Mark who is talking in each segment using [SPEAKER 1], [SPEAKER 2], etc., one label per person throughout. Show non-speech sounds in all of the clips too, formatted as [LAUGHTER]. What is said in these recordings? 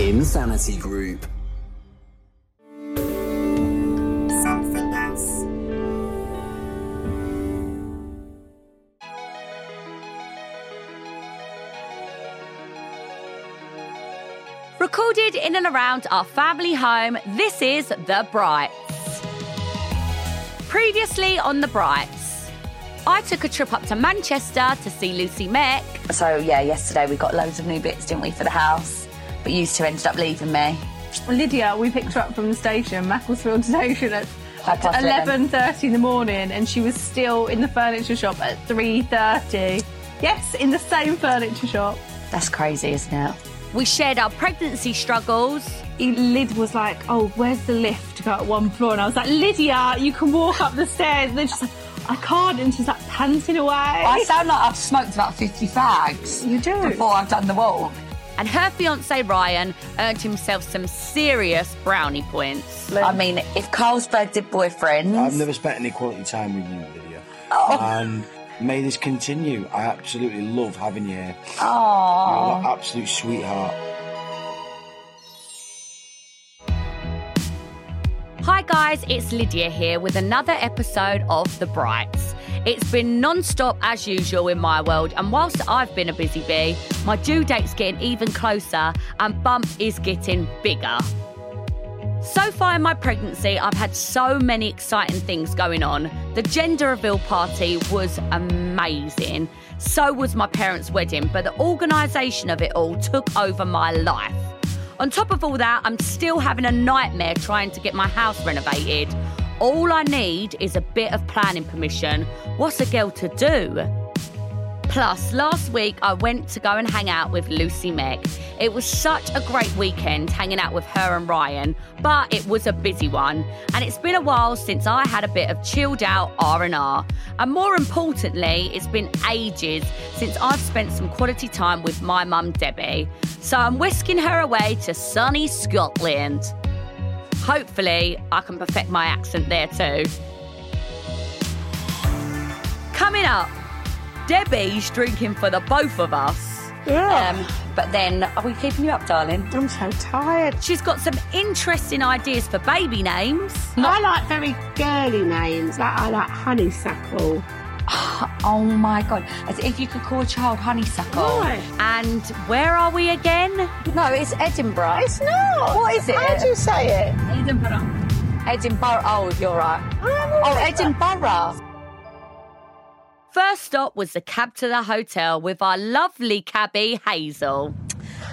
[SPEAKER 1] Insanity Group.
[SPEAKER 2] Something else.
[SPEAKER 3] Recorded in and around our family home, this is The Brights. Previously on The Brights, I took a trip up to Manchester to see Lucy Mick.
[SPEAKER 4] So yeah, yesterday we got loads of new bits, didn't we, for the house? But you two ended up leaving me.
[SPEAKER 5] Lydia, we picked her up from the station, Macclesfield station, at
[SPEAKER 4] Half past 11.
[SPEAKER 5] 11.30 in the morning, and she was still in the furniture shop at 3.30. Yes, in the same furniture shop.
[SPEAKER 4] That's crazy, isn't it?
[SPEAKER 3] We shared our pregnancy struggles.
[SPEAKER 5] E- Lyd was like, oh, where's the lift to go at one floor? And I was like, Lydia, you can walk up the stairs. And then she's like, I can't. And she's like panting away.
[SPEAKER 4] I sound like I've smoked about 50 fags.
[SPEAKER 5] You do.
[SPEAKER 4] Before I've done the walk.
[SPEAKER 3] And her fiance Ryan earned himself some serious brownie points.
[SPEAKER 4] I mean, if Carlsberg did boyfriends,
[SPEAKER 6] I've never spent any quality time with you, Lydia. And may this continue. I absolutely love having you here. You're an absolute sweetheart.
[SPEAKER 3] Hi, guys, it's Lydia here with another episode of The Brights. It's been non stop as usual in my world, and whilst I've been a busy bee, my due date's getting even closer and bump is getting bigger. So far in my pregnancy, I've had so many exciting things going on. The gender reveal party was amazing. So was my parents' wedding, but the organisation of it all took over my life. On top of all that, I'm still having a nightmare trying to get my house renovated. All I need is a bit of planning permission. What's a girl to do? Plus, last week I went to go and hang out with Lucy Meg. It was such a great weekend hanging out with her and Ryan, but it was a busy one, and it's been a while since I had a bit of chilled out R&R. And more importantly, it's been ages since I've spent some quality time with my mum Debbie. So I'm whisking her away to sunny Scotland. Hopefully, I can perfect my accent there too. Coming up, Debbie's drinking for the both of us.
[SPEAKER 5] Yeah.
[SPEAKER 4] um, but then are we keeping you up, darling?
[SPEAKER 5] I'm so tired.
[SPEAKER 3] She's got some interesting ideas for baby names.
[SPEAKER 7] I like very girly names. Like I like honeysuckle.
[SPEAKER 4] Oh my god! As if you could call a child honeysuckle.
[SPEAKER 3] And where are we again?
[SPEAKER 4] No, it's Edinburgh. It's not. What is it?
[SPEAKER 7] How do you say it?
[SPEAKER 4] Edinburgh. Oh, you're right. Oh, Edinburgh.
[SPEAKER 3] First stop was the cab to the hotel with our lovely cabbie Hazel.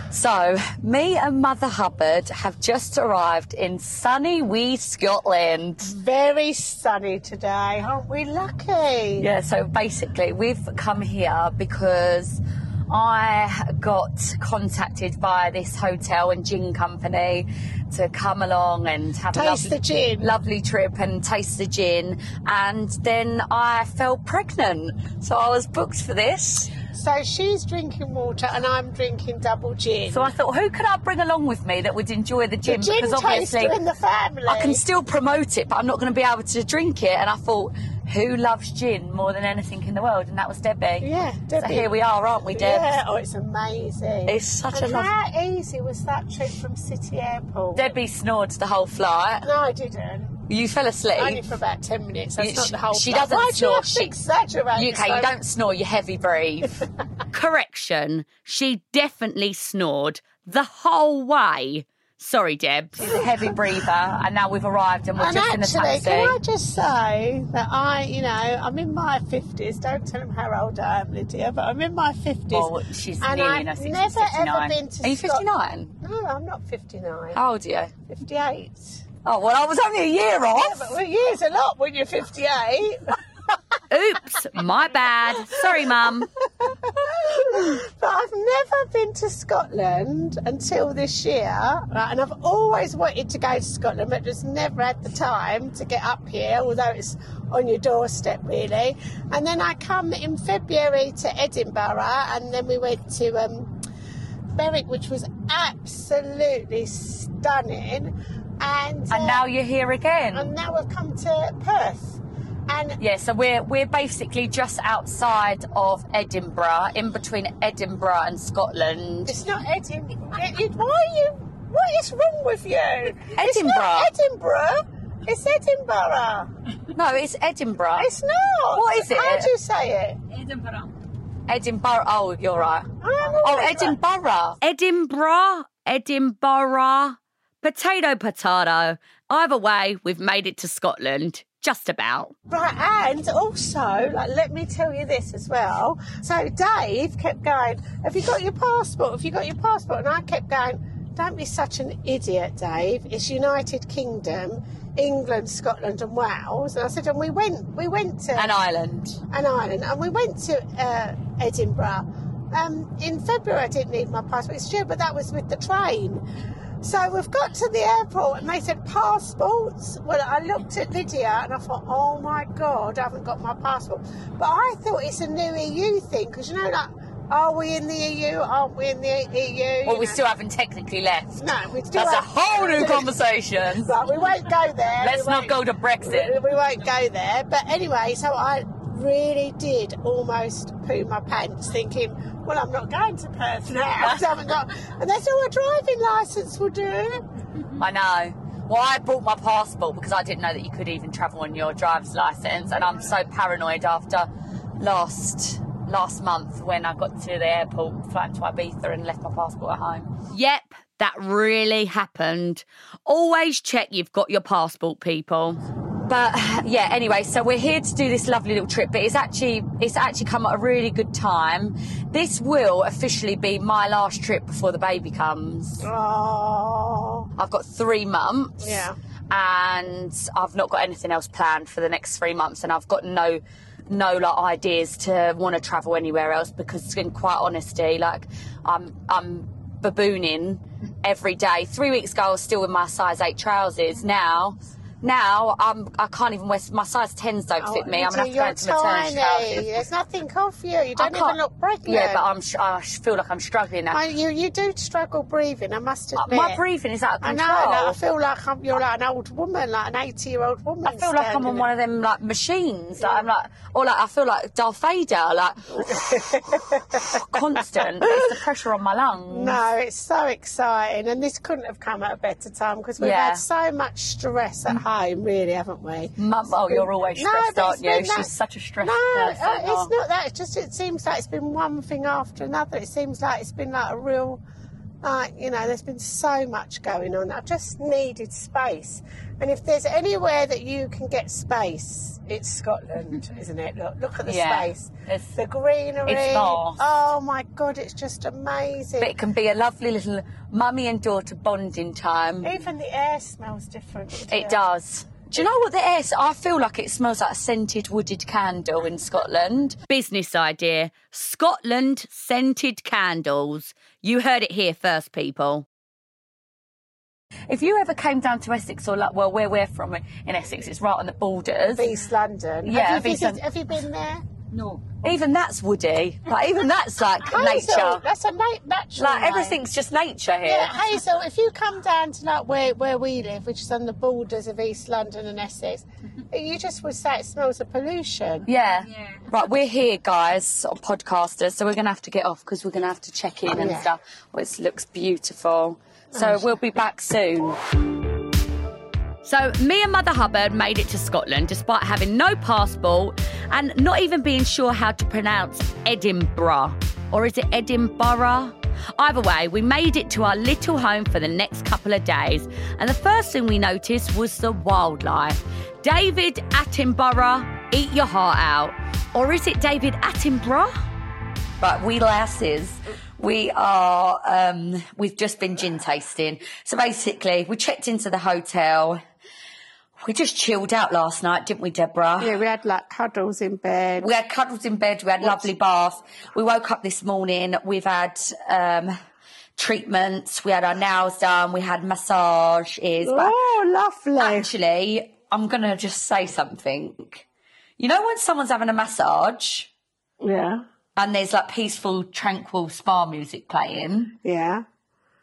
[SPEAKER 4] So, me and Mother Hubbard have just arrived in sunny wee Scotland.
[SPEAKER 7] Very sunny today. Aren't we lucky?
[SPEAKER 4] Yeah, so basically, we've come here because I got contacted by this hotel and gin company to come along and have a
[SPEAKER 7] Taste
[SPEAKER 4] lovely,
[SPEAKER 7] the gin.
[SPEAKER 4] lovely trip and taste the gin. And then I fell pregnant, so I was booked for this.
[SPEAKER 7] So she's drinking water and I'm drinking double gin.
[SPEAKER 4] So I thought, who could I bring along with me that would enjoy the gin?
[SPEAKER 7] gin
[SPEAKER 4] because obviously,
[SPEAKER 7] taster in the family.
[SPEAKER 4] I can still promote it, but I'm not going to be able to drink it. And I thought, who loves gin more than anything in the world? And that was Debbie.
[SPEAKER 7] Yeah,
[SPEAKER 4] So
[SPEAKER 7] Debbie.
[SPEAKER 4] here we are, aren't we, Deb?
[SPEAKER 7] Yeah, oh, it's amazing.
[SPEAKER 4] It's such
[SPEAKER 7] and
[SPEAKER 4] a lovely-
[SPEAKER 7] How easy was that trip from City Airport?
[SPEAKER 4] Debbie snored the whole flight.
[SPEAKER 7] no, I didn't.
[SPEAKER 4] You fell
[SPEAKER 7] Only
[SPEAKER 4] asleep.
[SPEAKER 7] for about 10 minutes. That's
[SPEAKER 4] You-
[SPEAKER 7] not the whole
[SPEAKER 4] she
[SPEAKER 7] plan.
[SPEAKER 4] doesn't
[SPEAKER 7] Why do
[SPEAKER 4] snore.
[SPEAKER 7] you have to
[SPEAKER 4] She-
[SPEAKER 7] exaggerate?
[SPEAKER 4] UK, you don't snore, you heavy
[SPEAKER 7] [LAUGHS]
[SPEAKER 4] breathe.
[SPEAKER 3] Correction, she definitely snored the whole way. Sorry, Debs.
[SPEAKER 4] She's a heavy breather, and now we've arrived and we're
[SPEAKER 7] And
[SPEAKER 4] just in
[SPEAKER 7] actually,
[SPEAKER 4] a
[SPEAKER 7] can I
[SPEAKER 4] taxi.
[SPEAKER 7] just say that I, you know, I'm in my 50s. Don't tell them how old I am, Lydia, but I'm in my 50s.
[SPEAKER 4] Oh, she's
[SPEAKER 7] and
[SPEAKER 4] nearly in her
[SPEAKER 7] I've
[SPEAKER 4] 60s,
[SPEAKER 7] never
[SPEAKER 4] 59.
[SPEAKER 7] ever been to
[SPEAKER 4] Are you
[SPEAKER 7] Scot-
[SPEAKER 4] 59?
[SPEAKER 7] No, I'm not 59.
[SPEAKER 4] How old are you?
[SPEAKER 7] 58.
[SPEAKER 4] Oh, well, I was only a year off.
[SPEAKER 7] But well, years a lot when you're 58.
[SPEAKER 3] Oops, my bad. Sorry, Mum.
[SPEAKER 7] [LAUGHS] But I've never been to Scotland until this year, right? And I've always wanted to go to Scotland, but just never had the time to get up here, although it's on your doorstep, really. And then I come in February to Edinburgh, and then we went to um, Berwick, which was absolutely stunning. And,
[SPEAKER 4] And
[SPEAKER 7] uh,
[SPEAKER 4] now you're here again.
[SPEAKER 7] and now we've come to Perth. And
[SPEAKER 4] Yeah, so we're we're basically just outside of Edinburgh, in between Edinburgh and Scotland.
[SPEAKER 7] it's not Edinburgh. Why are you What is wrong with you? It's
[SPEAKER 4] Edinburgh.
[SPEAKER 7] not Edinburgh. It's Edinburgh.
[SPEAKER 4] No, it's Edinburgh.
[SPEAKER 7] It's not.
[SPEAKER 4] What is it?
[SPEAKER 7] How do you say it?
[SPEAKER 4] Edinburgh. Oh, you're right.
[SPEAKER 7] I'm
[SPEAKER 4] Oh,
[SPEAKER 7] always right.
[SPEAKER 4] Edinburgh.
[SPEAKER 3] Edinburgh, Edinburgh, potato, potato. Either way, we've made it to Scotland, just about.
[SPEAKER 7] Right, and also, like, let me tell you this as well. So Dave kept going, "Have you got your passport? Have you got your passport?" And I kept going, "Don't be such an idiot, Dave. It's United Kingdom, England, Scotland, and Wales." And I said, "And we went, we went to
[SPEAKER 4] An island.
[SPEAKER 7] an island, and we went to uh, Edinburgh. Um, in February, I didn't need my passport. It's true, but that was with the train. So we've got to the airport, and they said passports. Well, I looked at Lydia, and I thought, oh my god, I haven't got my passport. But I thought it's a new EU thing because you know, like, are we in the EU? Aren't we in the EU?
[SPEAKER 4] Well,
[SPEAKER 7] You
[SPEAKER 4] we
[SPEAKER 7] know.
[SPEAKER 4] still haven't technically left.
[SPEAKER 7] no, we still
[SPEAKER 4] That's a
[SPEAKER 7] have-
[SPEAKER 4] whole
[SPEAKER 7] [LAUGHS]
[SPEAKER 4] new conversation.
[SPEAKER 7] Right, we won't go there.
[SPEAKER 4] Let's
[SPEAKER 7] We
[SPEAKER 4] not
[SPEAKER 7] won't.
[SPEAKER 4] go to Brexit.
[SPEAKER 7] We won't go there. But anyway, so I really did almost poo my pants thinking, well, I'm not going to Perth now. [LAUGHS] 'cause I haven't got, and that's all a driving licence will do.
[SPEAKER 4] I know. Well, I bought my passport because I didn't know that you could even travel on your driver's license, and I'm so paranoid after last last month when I got to the airport, flying to Ibiza, and left my passport at home.
[SPEAKER 3] Yep, that really happened. Always check you've got your passport, people.
[SPEAKER 4] But yeah, anyway, so we're here to do this lovely little trip, but it's actually it's actually come at a really good time. This will officially be my last trip before the baby comes.
[SPEAKER 7] Oh,
[SPEAKER 4] I've got three months.
[SPEAKER 7] Yeah.
[SPEAKER 4] And I've not got anything else planned for the next three months, and I've got no, no like ideas to want to travel anywhere else because, in quite honesty, like I'm, I'm babooning every day. Three weeks ago, I was still in my size eight trousers. Now, now I'm, I can't even wear my size tens don't fit me. I'm gonna have to
[SPEAKER 7] Oh, you're
[SPEAKER 4] go into maternity
[SPEAKER 7] tiny.
[SPEAKER 4] trousers.
[SPEAKER 7] [LAUGHS] There's nothing off you. You
[SPEAKER 4] I
[SPEAKER 7] don't even
[SPEAKER 4] can't-
[SPEAKER 7] look pregnant.
[SPEAKER 4] Yeah, but I'm, sh- I sh- feel like I'm struggling now.
[SPEAKER 7] I- you, you do struggle breathing, I must admit.
[SPEAKER 4] Uh, my breathing is out of
[SPEAKER 7] I know,
[SPEAKER 4] control.
[SPEAKER 7] like, I feel like I'm, you're like an old woman, like an 80 year old woman.
[SPEAKER 4] I feel like I'm on one of them like machines. Like I'm like, or like I feel like Darth Vader,
[SPEAKER 7] [LAUGHS]
[SPEAKER 4] like constant. It's the pressure on my lungs.
[SPEAKER 7] No, it's so exciting, and this couldn't have come at a better time because we've
[SPEAKER 4] Yeah.
[SPEAKER 7] had so much stress at home, really, haven't we?
[SPEAKER 4] Mum, oh, you're always
[SPEAKER 7] No,
[SPEAKER 4] stressed,
[SPEAKER 7] but it's
[SPEAKER 4] aren't you?
[SPEAKER 7] been
[SPEAKER 4] She's
[SPEAKER 7] that-
[SPEAKER 4] such a stressed
[SPEAKER 7] No, uh,
[SPEAKER 4] person. oh.
[SPEAKER 7] it's not that. It's just it seems like it's been one thing after another. It seems like it's been like a real, like you know, there's been so much going on. I just needed space, and if there's anywhere that you can get space, it's
[SPEAKER 4] [LAUGHS]
[SPEAKER 7] Scotland, isn't it? Look, look at the
[SPEAKER 4] Yeah.
[SPEAKER 7] space,
[SPEAKER 4] It's-
[SPEAKER 7] the greenery.
[SPEAKER 4] it's vast.
[SPEAKER 7] Oh my God, it's just amazing.
[SPEAKER 4] But it can be a lovely little mummy and daughter bonding time.
[SPEAKER 7] Even the air smells different.
[SPEAKER 4] It does. Do you know what the air? s- I feel like it smells like a scented wooded candle in Scotland.
[SPEAKER 3] Business idea Scotland scented candles. You heard it here first, people.
[SPEAKER 4] If you ever came down to Essex or like, well, where we're from in Essex, it's right on the borders.
[SPEAKER 7] East London.
[SPEAKER 4] Yeah,
[SPEAKER 7] have you,
[SPEAKER 4] East London.
[SPEAKER 7] visited, have you been there?
[SPEAKER 4] Even that's woody. Like even
[SPEAKER 3] [LAUGHS]
[SPEAKER 4] that's like
[SPEAKER 7] Hazel,
[SPEAKER 4] nature.
[SPEAKER 7] That's a na- natural.
[SPEAKER 4] Like
[SPEAKER 7] name.
[SPEAKER 4] everything's just nature here.
[SPEAKER 7] Yeah, Hazel. If you come down to like where, where we live, which is on the borders of East London and Essex, you just would say it smells of pollution.
[SPEAKER 4] Mm-hmm. Yeah. Right, we're here, guys, or podcasters, so we're going to have to get off because we're going to have to check in and
[SPEAKER 7] Yeah. Oh,
[SPEAKER 4] stuff. Well, it looks beautiful. So we'll be back soon.
[SPEAKER 3] So, me and Mother Hubbard made it to Scotland despite having no passport and not even being sure how to pronounce Edinburgh. Or is it Edinburgh? Either way, we made it to our little home for the next couple of days, and the first thing we noticed was the wildlife. David Attenborough, eat your heart out. Or is it David Attenborough?
[SPEAKER 4] Right, we lasses, we are, um, we've just been gin tasting. So basically, we checked into the hotel. We just chilled out last night, didn't we, Deborah?
[SPEAKER 7] Yeah, we had like cuddles in bed.
[SPEAKER 4] We had cuddles in bed. We had lovely bath. We woke up this morning. We've had um, treatments. We had our nails done. We had massages. But
[SPEAKER 7] Oh, lovely.
[SPEAKER 4] actually, I'm gonna just say something. You know when someone's having a massage
[SPEAKER 7] Yeah,
[SPEAKER 4] and there's like peaceful, tranquil spa music playing,
[SPEAKER 7] yeah.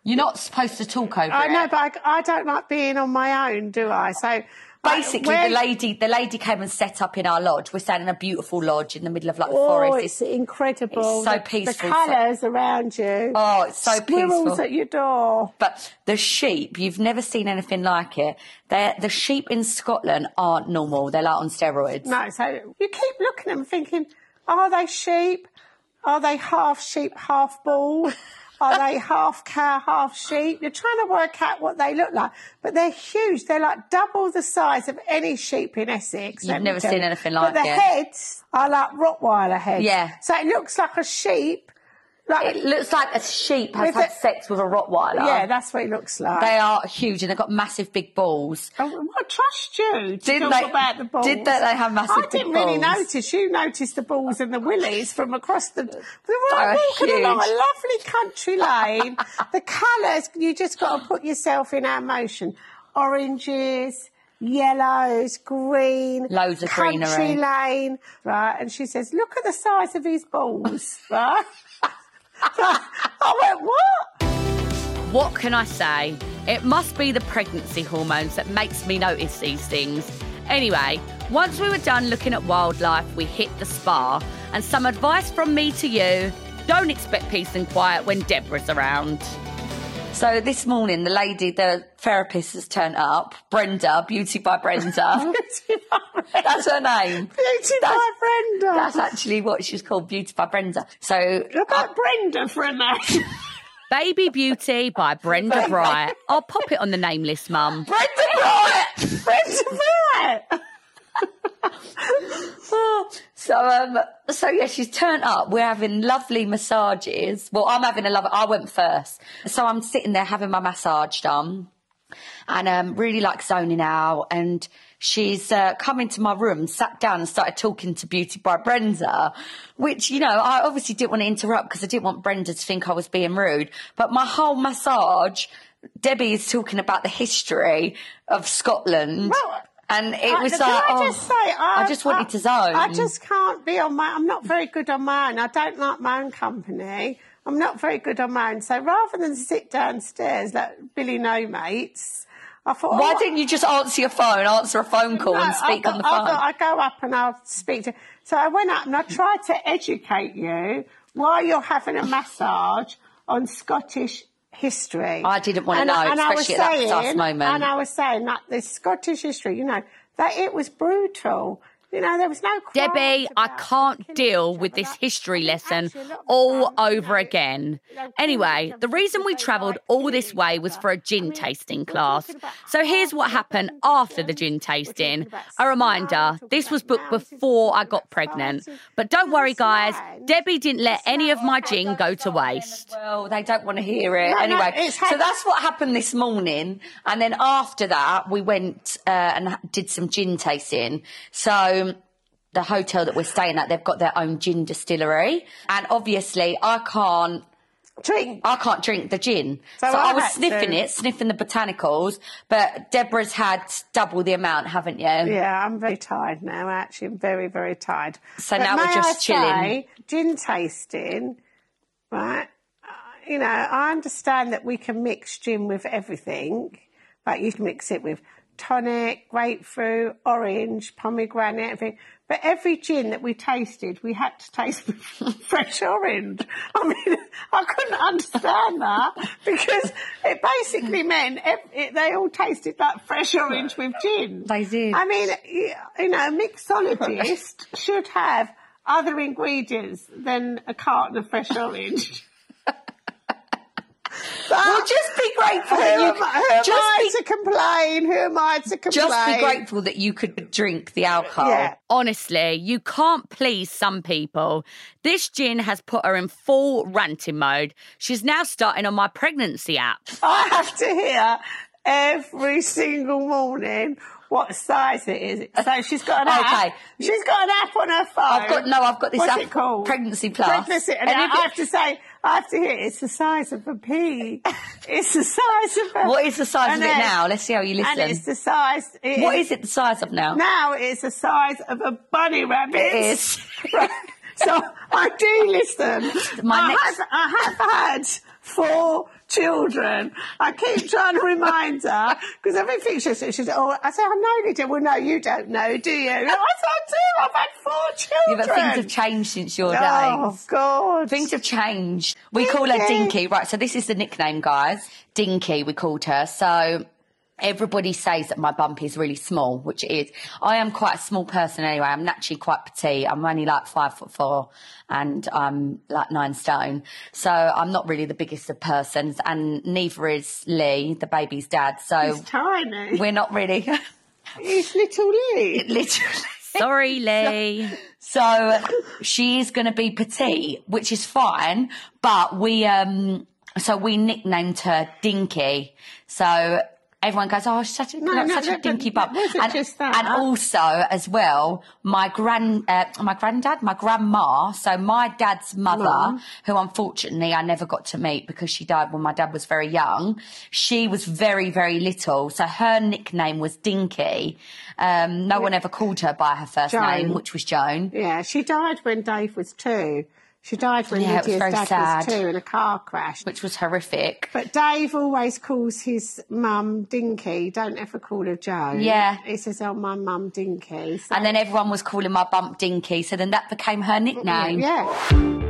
[SPEAKER 4] you're not supposed to talk over
[SPEAKER 7] I
[SPEAKER 4] it.
[SPEAKER 7] know, but I, I don't like being on my own, do I? So
[SPEAKER 4] basically
[SPEAKER 7] where-
[SPEAKER 4] the lady the lady came and set up in our lodge. We're staying in a beautiful lodge in the middle of like
[SPEAKER 7] Oh,
[SPEAKER 4] forest.
[SPEAKER 7] it's incredible.
[SPEAKER 4] it's so
[SPEAKER 7] The-
[SPEAKER 4] peaceful,
[SPEAKER 7] The
[SPEAKER 4] so-
[SPEAKER 7] colours around you.
[SPEAKER 4] oh, it's so
[SPEAKER 7] Squirrels
[SPEAKER 4] peaceful.
[SPEAKER 7] at your door.
[SPEAKER 4] But the sheep, you've never seen anything like it. They're, the sheep in Scotland aren't normal. They're like on steroids.
[SPEAKER 7] No, so you keep looking at them thinking, are they sheep? Are they half sheep, half bull? Are
[SPEAKER 4] [LAUGHS]
[SPEAKER 7] they half cow, half sheep? You're trying to work out what they look like, but they're huge. They're like double the size of any sheep in Essex. let
[SPEAKER 4] You've
[SPEAKER 7] me
[SPEAKER 4] never
[SPEAKER 7] tell
[SPEAKER 4] seen
[SPEAKER 7] you.
[SPEAKER 4] anything like
[SPEAKER 7] But the
[SPEAKER 4] it.
[SPEAKER 7] heads are like Rottweiler heads.
[SPEAKER 4] Yeah.
[SPEAKER 7] So it looks like a sheep. Like,
[SPEAKER 4] It looks like a sheep has
[SPEAKER 7] With
[SPEAKER 4] had
[SPEAKER 7] the-
[SPEAKER 4] sex with a Rottweiler.
[SPEAKER 7] yeah, that's what it looks like.
[SPEAKER 4] they are huge and they've got massive big balls.
[SPEAKER 7] Oh, I trust you to
[SPEAKER 4] Didn't
[SPEAKER 7] talk
[SPEAKER 4] they-
[SPEAKER 7] about the balls.
[SPEAKER 4] did they- they have massive
[SPEAKER 7] I didn't
[SPEAKER 4] big
[SPEAKER 7] really
[SPEAKER 4] balls?
[SPEAKER 7] notice. You noticed the balls and the willies from across the. We
[SPEAKER 4] They're
[SPEAKER 7] were walking along a
[SPEAKER 4] huge. [LAUGHS]
[SPEAKER 7] lovely country lane. the colours you just got to put yourself in our motion. Oranges. Yellows, green,
[SPEAKER 4] Loads of
[SPEAKER 7] country
[SPEAKER 4] greenery.
[SPEAKER 7] lane, right? And she says, "Look at the size of his balls." [LAUGHS] right? I went, "What?"
[SPEAKER 4] What can I say? It must be the pregnancy hormones that makes me notice these things. Anyway, once we were done looking at wildlife, we hit the spa. And some advice from me to you don't expect peace and quiet when Deborah's around. So this morning, the lady, the therapist has turned up, Brenda, Beauty by Brenda.
[SPEAKER 7] [LAUGHS]
[SPEAKER 4] [LAUGHS]
[SPEAKER 7] Beauty by Brenda.
[SPEAKER 4] That's her name.
[SPEAKER 7] Beauty by
[SPEAKER 4] That's-
[SPEAKER 7] Brenda.
[SPEAKER 4] That's actually what she's called, Beauty by Brenda. So uh,
[SPEAKER 7] Look at Brenda for a name.
[SPEAKER 4] Baby Beauty by Brenda Bright. I'll pop it on the name list, Mum.
[SPEAKER 7] Brenda Bright! Brenda Bright!
[SPEAKER 4] So um so yeah, she's turned up. We're having lovely massages. Well, I'm having a love I went first. So I'm sitting there having my massage done and um really like zoning out and she's uh, come into my room, sat down and started talking to Beauty by Brenda, which, you know, I obviously didn't want to interrupt because I didn't want Brenda to think I was being rude. But my whole massage, Debbie is talking about the history of Scotland.
[SPEAKER 7] Well,
[SPEAKER 4] and it was
[SPEAKER 7] Uh, Can
[SPEAKER 4] like,
[SPEAKER 7] I
[SPEAKER 4] oh,
[SPEAKER 7] just say, I,
[SPEAKER 4] I just wanted to zone.
[SPEAKER 7] I just can't be on my. I'm not very good on my own. I don't like my own company. I'm not very good on my own. So rather than sit downstairs like Billy No Mates, I thought.
[SPEAKER 4] Why
[SPEAKER 7] oh,
[SPEAKER 4] didn't you just answer your phone, answer a phone call,
[SPEAKER 7] No,
[SPEAKER 4] and speak
[SPEAKER 7] I,
[SPEAKER 4] on the
[SPEAKER 7] I,
[SPEAKER 4] phone?
[SPEAKER 7] I, I go up and I'll speak to. So I went up and I tried to educate you while you're having a massage on Scottish history.
[SPEAKER 4] I didn't want to know, especially at that tough moment.
[SPEAKER 7] And I was saying that the Scottish history, you know, that it was brutal. You know, there was no. crimes
[SPEAKER 4] Debbie, I
[SPEAKER 7] about
[SPEAKER 4] can't
[SPEAKER 7] killing
[SPEAKER 4] deal
[SPEAKER 7] each
[SPEAKER 4] with
[SPEAKER 7] other.
[SPEAKER 4] this history
[SPEAKER 7] And
[SPEAKER 4] lesson
[SPEAKER 7] actually, a lot of the
[SPEAKER 4] all
[SPEAKER 7] time, you
[SPEAKER 4] over
[SPEAKER 7] know,
[SPEAKER 4] again.
[SPEAKER 7] you know,
[SPEAKER 4] Anyway,
[SPEAKER 7] criminals
[SPEAKER 4] the
[SPEAKER 7] and
[SPEAKER 4] reason
[SPEAKER 7] things
[SPEAKER 4] we
[SPEAKER 7] they
[SPEAKER 4] travelled
[SPEAKER 7] like
[SPEAKER 4] all
[SPEAKER 7] killing
[SPEAKER 4] this
[SPEAKER 7] each
[SPEAKER 4] way was
[SPEAKER 7] other.
[SPEAKER 4] for a
[SPEAKER 7] I
[SPEAKER 4] gin
[SPEAKER 7] mean,
[SPEAKER 4] tasting
[SPEAKER 7] we're talking
[SPEAKER 4] class.
[SPEAKER 7] about
[SPEAKER 4] So here's what
[SPEAKER 7] half of the
[SPEAKER 4] happened
[SPEAKER 7] population,
[SPEAKER 4] after the
[SPEAKER 7] we're
[SPEAKER 4] gin
[SPEAKER 7] talking
[SPEAKER 4] tasting.
[SPEAKER 7] about
[SPEAKER 4] A
[SPEAKER 7] Sudan,
[SPEAKER 4] reminder,
[SPEAKER 7] we're
[SPEAKER 4] this
[SPEAKER 7] talking
[SPEAKER 4] was
[SPEAKER 7] about
[SPEAKER 4] booked
[SPEAKER 7] mountains, we're
[SPEAKER 4] before I
[SPEAKER 7] talking
[SPEAKER 4] got
[SPEAKER 7] about
[SPEAKER 4] pregnant.
[SPEAKER 7] science.
[SPEAKER 4] But don't
[SPEAKER 7] Isn't
[SPEAKER 4] worry,
[SPEAKER 7] this
[SPEAKER 4] guys,
[SPEAKER 7] mad?
[SPEAKER 4] Debbie didn't let any of my
[SPEAKER 3] Don't
[SPEAKER 4] gin go to
[SPEAKER 3] stop them as
[SPEAKER 4] waste.
[SPEAKER 3] well.
[SPEAKER 4] Well, they don't want to hear it.
[SPEAKER 7] No, no,
[SPEAKER 4] anyway,
[SPEAKER 7] it's
[SPEAKER 4] so
[SPEAKER 7] happened.
[SPEAKER 4] that's what happened this morning. And then after that, we went uh, and ha- did some gin tasting. So the hotel that we're staying at, they've got their own gin distillery. And obviously, I can't.
[SPEAKER 7] Drink.
[SPEAKER 4] I can't drink the gin. So,
[SPEAKER 7] So
[SPEAKER 4] I,
[SPEAKER 7] I
[SPEAKER 4] was
[SPEAKER 7] had
[SPEAKER 4] sniffing
[SPEAKER 7] to.
[SPEAKER 4] it, sniffing the botanicals, but Deborah's had double the amount, haven't you?
[SPEAKER 7] Yeah, I'm very tired now. Actually, I'm very, very tired.
[SPEAKER 4] So now we're
[SPEAKER 7] may
[SPEAKER 4] just
[SPEAKER 7] I
[SPEAKER 4] chilling.
[SPEAKER 7] say, gin tasting, right? Uh, You know, I understand that we can mix gin with everything. Like you can mix it with tonic, grapefruit, orange, pomegranate, everything. But every gin that we tasted, we had to taste [LAUGHS] with fresh orange. I mean, [LAUGHS] I couldn't understand that because it basically meant ev- it, they all tasted like fresh orange with gin.
[SPEAKER 4] They did.
[SPEAKER 7] I mean, y- you know, a mixologist
[SPEAKER 4] [LAUGHS]
[SPEAKER 7] should have other ingredients than a carton of fresh
[SPEAKER 4] [LAUGHS]
[SPEAKER 7] orange.
[SPEAKER 4] Well, just be grateful that
[SPEAKER 7] who
[SPEAKER 4] you
[SPEAKER 7] am, who am
[SPEAKER 4] just
[SPEAKER 7] I
[SPEAKER 4] be
[SPEAKER 7] to complain? Who am I to complain?
[SPEAKER 4] just be grateful that you could drink the alcohol.
[SPEAKER 7] Yeah.
[SPEAKER 4] Honestly, you can't please some people. This gin has put her in full ranting mode. She's now starting on my pregnancy app.
[SPEAKER 7] I have to hear every single morning what size it is. So she's got an app.
[SPEAKER 4] Okay.
[SPEAKER 7] She's got an app on her phone.
[SPEAKER 4] I've got no, I've got this
[SPEAKER 7] What's
[SPEAKER 4] app,
[SPEAKER 7] it called?
[SPEAKER 4] Pregnancy Plus.
[SPEAKER 7] Pregnancy. And,
[SPEAKER 4] And
[SPEAKER 7] I,
[SPEAKER 4] if
[SPEAKER 7] I
[SPEAKER 4] it-
[SPEAKER 7] have to say, I have to hear it's the size of a pea.
[SPEAKER 4] [LAUGHS]
[SPEAKER 7] It's the size of a.
[SPEAKER 4] What is the size
[SPEAKER 7] And
[SPEAKER 4] of it
[SPEAKER 7] then-
[SPEAKER 4] now? Let's see how you
[SPEAKER 7] And it's
[SPEAKER 4] listen.
[SPEAKER 7] the size. it
[SPEAKER 4] What
[SPEAKER 7] is-
[SPEAKER 4] is it the size of now?
[SPEAKER 7] Now it's the size of a bunny rabbit.
[SPEAKER 4] It is.
[SPEAKER 7] [LAUGHS] Right. So I do listen.
[SPEAKER 4] My
[SPEAKER 7] I,
[SPEAKER 4] next-
[SPEAKER 7] have, I have had four children. I keep trying to remind her because everything she says, she's oh, I say, I know, Lydia. Well, no, you don't know, do you? I said, I do. I've had four
[SPEAKER 4] Yeah, [LAUGHS]
[SPEAKER 7] children.
[SPEAKER 4] but things have changed since your
[SPEAKER 7] Oh,
[SPEAKER 4] days.
[SPEAKER 7] God.
[SPEAKER 4] Things have changed. We call her
[SPEAKER 7] Dinky.
[SPEAKER 4] Dinky. Right, so this is the nickname, guys. Dinky, we called her. So everybody says that my bump is really small, which it is. I am quite a small person anyway. I'm naturally quite petite. I'm only like five foot four and I'm like nine stone. So I'm not really the biggest of persons and neither is Lee, the baby's dad. So
[SPEAKER 7] He's tiny.
[SPEAKER 4] we're not really [LAUGHS]
[SPEAKER 7] He's little Lee.
[SPEAKER 4] literally. [LAUGHS]
[SPEAKER 3] Sorry, Lee.
[SPEAKER 4] So she is going to be petite, which is fine. But we, um, so we nicknamed her Dinky. So everyone goes, oh, she's such a,
[SPEAKER 7] No,
[SPEAKER 4] like,
[SPEAKER 7] no,
[SPEAKER 4] such a
[SPEAKER 7] that-
[SPEAKER 4] dinky
[SPEAKER 7] that-
[SPEAKER 4] bump.
[SPEAKER 7] that wasn't
[SPEAKER 4] and,
[SPEAKER 7] just that.
[SPEAKER 4] and also, as well, my grand, uh, my granddad, my grandma, so my dad's mother, who unfortunately I never got to meet because she died when my dad was very young. She was very, very little. So her nickname was Dinky. Um, no one ever called her by her first
[SPEAKER 7] Joan.
[SPEAKER 4] name, which was Joan.
[SPEAKER 7] Yeah, she died when Dave was two. She died when
[SPEAKER 4] Yeah, it was
[SPEAKER 7] Lydia's
[SPEAKER 4] very
[SPEAKER 7] dad
[SPEAKER 4] sad.
[SPEAKER 7] was two in a car crash.
[SPEAKER 4] which was horrific.
[SPEAKER 7] But Dave always calls his mum Dinky. Don't ever call her Joe.
[SPEAKER 4] Yeah.
[SPEAKER 7] He says, oh, my mum Dinky. So,
[SPEAKER 4] And then everyone was calling my bump Dinky, so then that became her nickname.
[SPEAKER 7] yeah.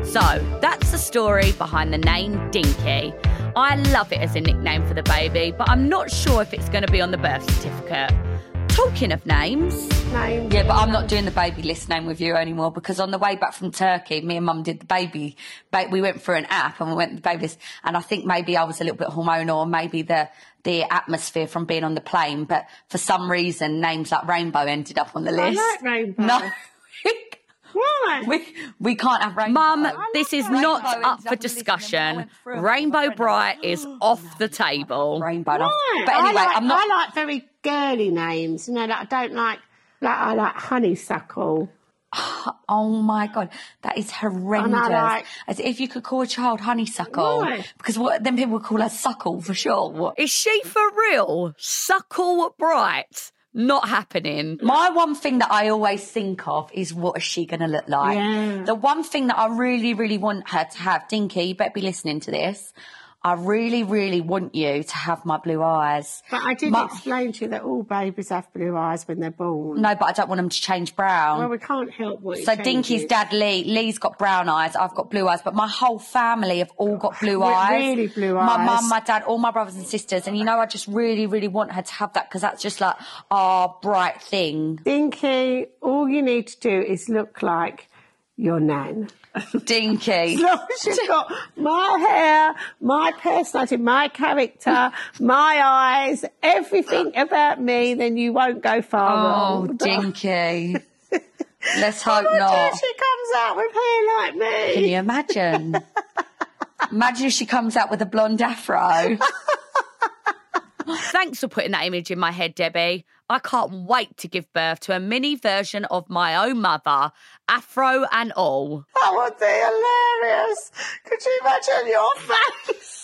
[SPEAKER 4] So that's the story behind the name Dinky. I love it as a nickname for the baby, but I'm not sure if it's going to be on the birth certificate. Talking of names.
[SPEAKER 7] Name.
[SPEAKER 4] Yeah, but I'm not doing the baby list name with you anymore because on the way back from Turkey, me and Mum did the baby. Ba- we went through an app and we went the baby list, and I think maybe I was a little bit hormonal, or maybe the the atmosphere from being on the plane. But for some reason, names like Rainbow ended up on the
[SPEAKER 7] I
[SPEAKER 4] list.
[SPEAKER 7] like Rainbow.
[SPEAKER 4] [LAUGHS] No,
[SPEAKER 7] Why?
[SPEAKER 4] we we can't have rainbow.
[SPEAKER 3] Mum, um, this is not
[SPEAKER 4] Oh,
[SPEAKER 3] up
[SPEAKER 4] Rainbow ends up
[SPEAKER 3] for
[SPEAKER 4] in this and then I
[SPEAKER 3] discussion.
[SPEAKER 4] went through and I
[SPEAKER 3] Rainbow
[SPEAKER 4] went,
[SPEAKER 3] Bright is off the table.
[SPEAKER 4] rainbow.
[SPEAKER 7] Why?
[SPEAKER 4] But anyway,
[SPEAKER 7] I like,
[SPEAKER 4] I'm not.
[SPEAKER 7] I like very girly names. You know, like, I don't like, like, I like honeysuckle.
[SPEAKER 4] oh my god, that is horrendous.
[SPEAKER 7] like-
[SPEAKER 4] As if you could call a child honeysuckle,
[SPEAKER 7] Why?
[SPEAKER 4] because what then people would call her suckle for sure.
[SPEAKER 3] Is she for real? Suckle Bright. Not happening.
[SPEAKER 4] My one thing that I always think of is what is she going to look like?
[SPEAKER 7] Yeah.
[SPEAKER 4] The one thing that I really, really want her to have, Dinky, you better be listening to this. I really, really want you to have my blue eyes.
[SPEAKER 7] But I did
[SPEAKER 4] My-
[SPEAKER 7] explain to you that all babies have blue eyes when they're born.
[SPEAKER 4] No, but I don't want them to change brown.
[SPEAKER 7] Well, we can't help what it
[SPEAKER 4] Mm. So
[SPEAKER 7] changes.
[SPEAKER 4] Dinky's dad Lee, Lee's got brown eyes, I've got blue eyes, but my whole family have all got blue
[SPEAKER 7] Re-
[SPEAKER 4] eyes.
[SPEAKER 7] really blue
[SPEAKER 4] My
[SPEAKER 7] eyes.
[SPEAKER 4] mum, my dad, all my brothers and sisters, and you know, I just really, really want her to have that because that's just like our bright thing.
[SPEAKER 7] Dinky, all you need to do is look like your nan. [LAUGHS]
[SPEAKER 4] Dinky.
[SPEAKER 7] As long as you've got my hair, my personality, my [LAUGHS] character, my eyes, everything about me, then you won't go far
[SPEAKER 4] Oh,
[SPEAKER 7] wrong. [LAUGHS]
[SPEAKER 4] Dinky. Let's hope
[SPEAKER 7] Imagine
[SPEAKER 4] not.
[SPEAKER 7] if she comes out with hair like me.
[SPEAKER 4] Can you imagine? Imagine if she comes out with a blonde
[SPEAKER 7] [LAUGHS]
[SPEAKER 4] afro.
[SPEAKER 3] Thanks for putting that image in my head, Debbie. I can't wait to give birth to a mini version of my own mother, afro and all.
[SPEAKER 7] That would be hilarious. Could you imagine your face?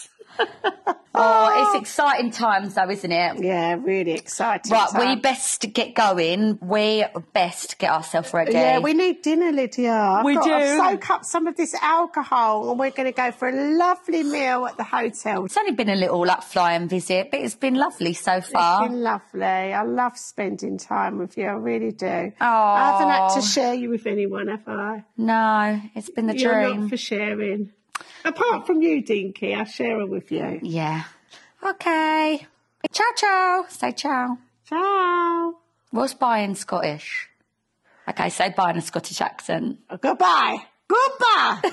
[SPEAKER 4] Oh, it's exciting times though, isn't it?
[SPEAKER 7] Yeah, really exciting.
[SPEAKER 4] Right,
[SPEAKER 7] time.
[SPEAKER 4] we best get going. We best get ourselves ready.
[SPEAKER 7] Yeah, we need dinner, Lydia. I've
[SPEAKER 4] We
[SPEAKER 7] got to
[SPEAKER 4] do.
[SPEAKER 7] soak up some of this alcohol, and we're going to go for a lovely meal at the hotel. It's
[SPEAKER 4] It's only been a little like flying visit, but it's been lovely so far.
[SPEAKER 7] been lovely. I love spending time with you. I really do. Oh, I
[SPEAKER 4] Aw.
[SPEAKER 7] haven't had to share you with anyone, have I?
[SPEAKER 4] No, it's been the
[SPEAKER 7] You're
[SPEAKER 4] dream.
[SPEAKER 7] not for sharing. Apart from you, Dinky, I share her with you.
[SPEAKER 4] yeah. Okay. Ciao, ciao. Say ciao.
[SPEAKER 7] Ciao.
[SPEAKER 4] What's bye in Scottish? Okay, say bye in a Scottish accent.
[SPEAKER 7] Goodbye. Goodbye.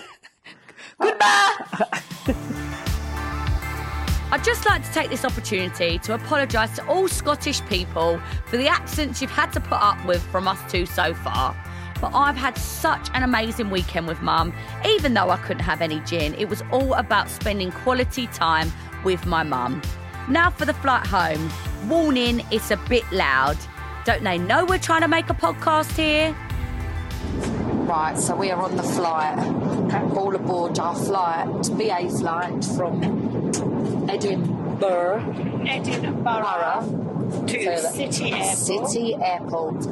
[SPEAKER 3] I'd just like to take this opportunity to apologise to all Scottish people for the accents you've had to put up with from us two so far. But I've had such an amazing weekend with mum, even though I couldn't have any gin. It was all about spending quality time with my mum. Now for the flight home. Warning, it's a bit loud. Don't they know we're trying to make a podcast here?
[SPEAKER 4] Right, so we are on the flight. All aboard our flight, BA flight from Edinburgh.
[SPEAKER 8] Edinburgh
[SPEAKER 4] City airport.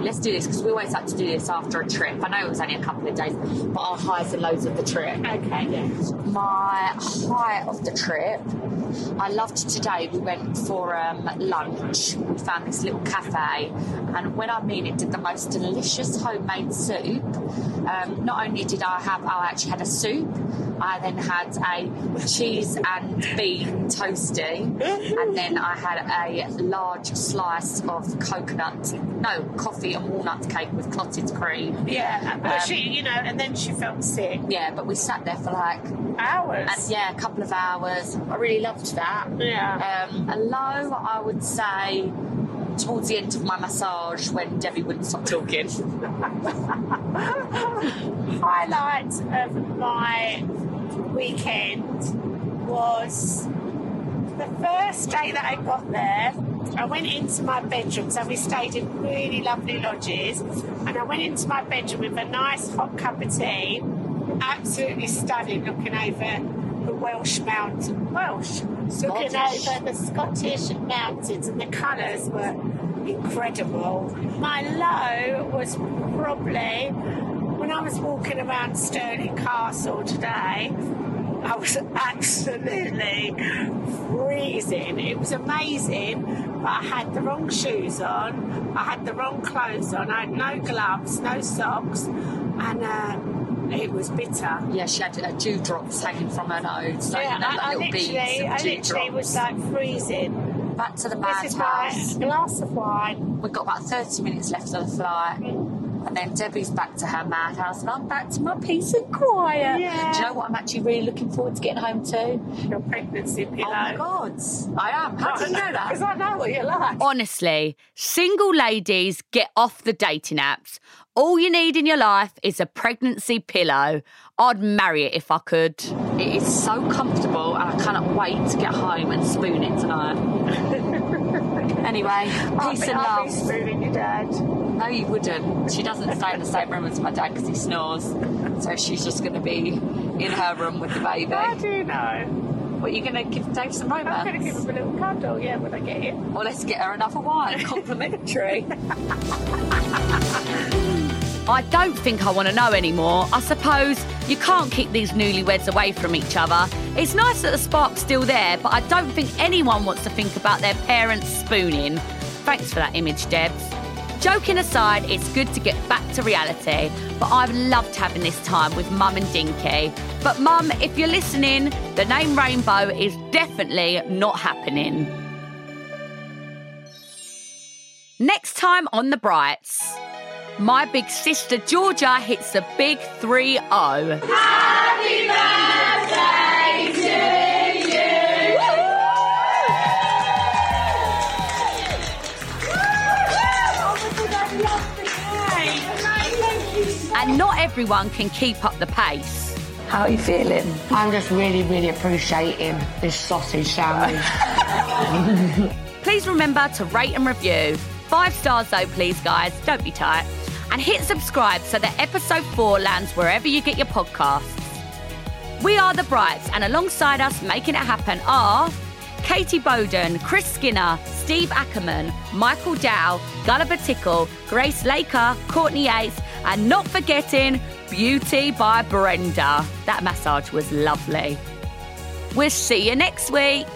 [SPEAKER 4] let's do this because we always like to do this after a trip. I know it was only a couple of days, but our highs and lows of the trip.
[SPEAKER 5] Okay, yeah.
[SPEAKER 4] My high of the trip, I loved today. We went for um, lunch. We found this little cafe, and when I mean it, did the most delicious homemade soup. Um, not only did I have, I actually had a soup. I then had a cheese and bean toasting, and then I had a large slice of coconut, no, coffee and walnut cake with clotted cream.
[SPEAKER 7] Yeah, but
[SPEAKER 4] Um,
[SPEAKER 7] she, you know, and then she felt sick.
[SPEAKER 4] Yeah, but we sat there for like
[SPEAKER 7] Hours.
[SPEAKER 4] and yeah, a couple of hours. I really loved that.
[SPEAKER 7] yeah.
[SPEAKER 4] Um, a low, I would say, towards the end of my massage when Debbie wouldn't stop talking.
[SPEAKER 7] highlight of my weekend was the first day that I got there. I went into my bedroom, so we stayed in really lovely lodges, and I went into my bedroom with a nice hot cup of tea, absolutely stunning, looking over the Welsh mountain, Welsh, looking
[SPEAKER 4] Scottish.
[SPEAKER 7] over the Scottish mountains, and the colours were incredible. My low was probably when I was walking around Stirling Castle today, I was absolutely freezing. It was amazing, but I had the wrong shoes on, I had the wrong clothes on, I had no gloves, no socks, and uh, it was bitter.
[SPEAKER 4] yeah, she had uh, dewdrops hanging from her nose. So, you
[SPEAKER 7] Yeah,
[SPEAKER 4] know,
[SPEAKER 7] I,
[SPEAKER 4] like
[SPEAKER 7] I
[SPEAKER 4] little beads
[SPEAKER 7] literally,
[SPEAKER 4] of
[SPEAKER 7] I literally
[SPEAKER 4] dewdrops.
[SPEAKER 7] was like freezing.
[SPEAKER 4] Back to the
[SPEAKER 7] This is why
[SPEAKER 4] madhouse.
[SPEAKER 7] a glass of wine.
[SPEAKER 4] We've got about 30 minutes left of the flight.
[SPEAKER 7] Mm.
[SPEAKER 4] And then Debbie's back to her madhouse, and I'm back to my peace and quiet.
[SPEAKER 7] Yeah.
[SPEAKER 4] Do you know what I'm actually really looking forward to getting home to?
[SPEAKER 7] Your pregnancy pillow.
[SPEAKER 4] Oh my God. I am. How do you know that?
[SPEAKER 7] Because I know what you're like.
[SPEAKER 3] Honestly, single ladies get off the dating apps. All you need in your life is a pregnancy pillow. I'd marry it if I could.
[SPEAKER 4] It is so comfortable, and I cannot wait to get home and spoon it tonight. [LAUGHS] anyway, peace and
[SPEAKER 7] I'll
[SPEAKER 4] love.
[SPEAKER 7] be spooning your dad.
[SPEAKER 4] No, you wouldn't. She doesn't stay in the same room as my dad because he snores, so she's just going to be in her room with the
[SPEAKER 7] [LAUGHS]
[SPEAKER 4] baby.
[SPEAKER 7] I do know.
[SPEAKER 4] What are you going to give Dave some
[SPEAKER 7] I'm going to give
[SPEAKER 4] romance?
[SPEAKER 7] him a little cuddle, yeah, when I get it.
[SPEAKER 4] Well, let's get her
[SPEAKER 9] [LAUGHS]
[SPEAKER 4] another wine, complimentary.
[SPEAKER 3] I don't think I want to know anymore. I suppose you can't keep these newlyweds away from each other. It's nice that the spark's still there, but I don't think anyone wants to think about their parents spooning. Thanks for that image, Debs. Joking aside, it's good to get back to reality, but I've loved having this time with Mum and Dinky. But Mum, if you're listening, the name Rainbow is definitely not happening. Next time on The Brights. My big sister Georgia hits the big oh. 3 0. Happy birthday to you! And not everyone can keep up the pace.
[SPEAKER 9] How are you feeling?
[SPEAKER 10] I'm just really, really appreciating this sausage sandwich.
[SPEAKER 3] Please remember to rate and review. Five stars though, please, guys. Don't be tight. And hit subscribe so that episode four lands wherever you get your podcasts. We are the Brights, and alongside us making it happen are Katie Bowden, Chris Skinner, Steve Ackerman, Michael Dow, Gulliver Tickle, Grace Laker, Courtney Yates, and not forgetting Beauty by Brenda. That massage was lovely. We'll see you next week.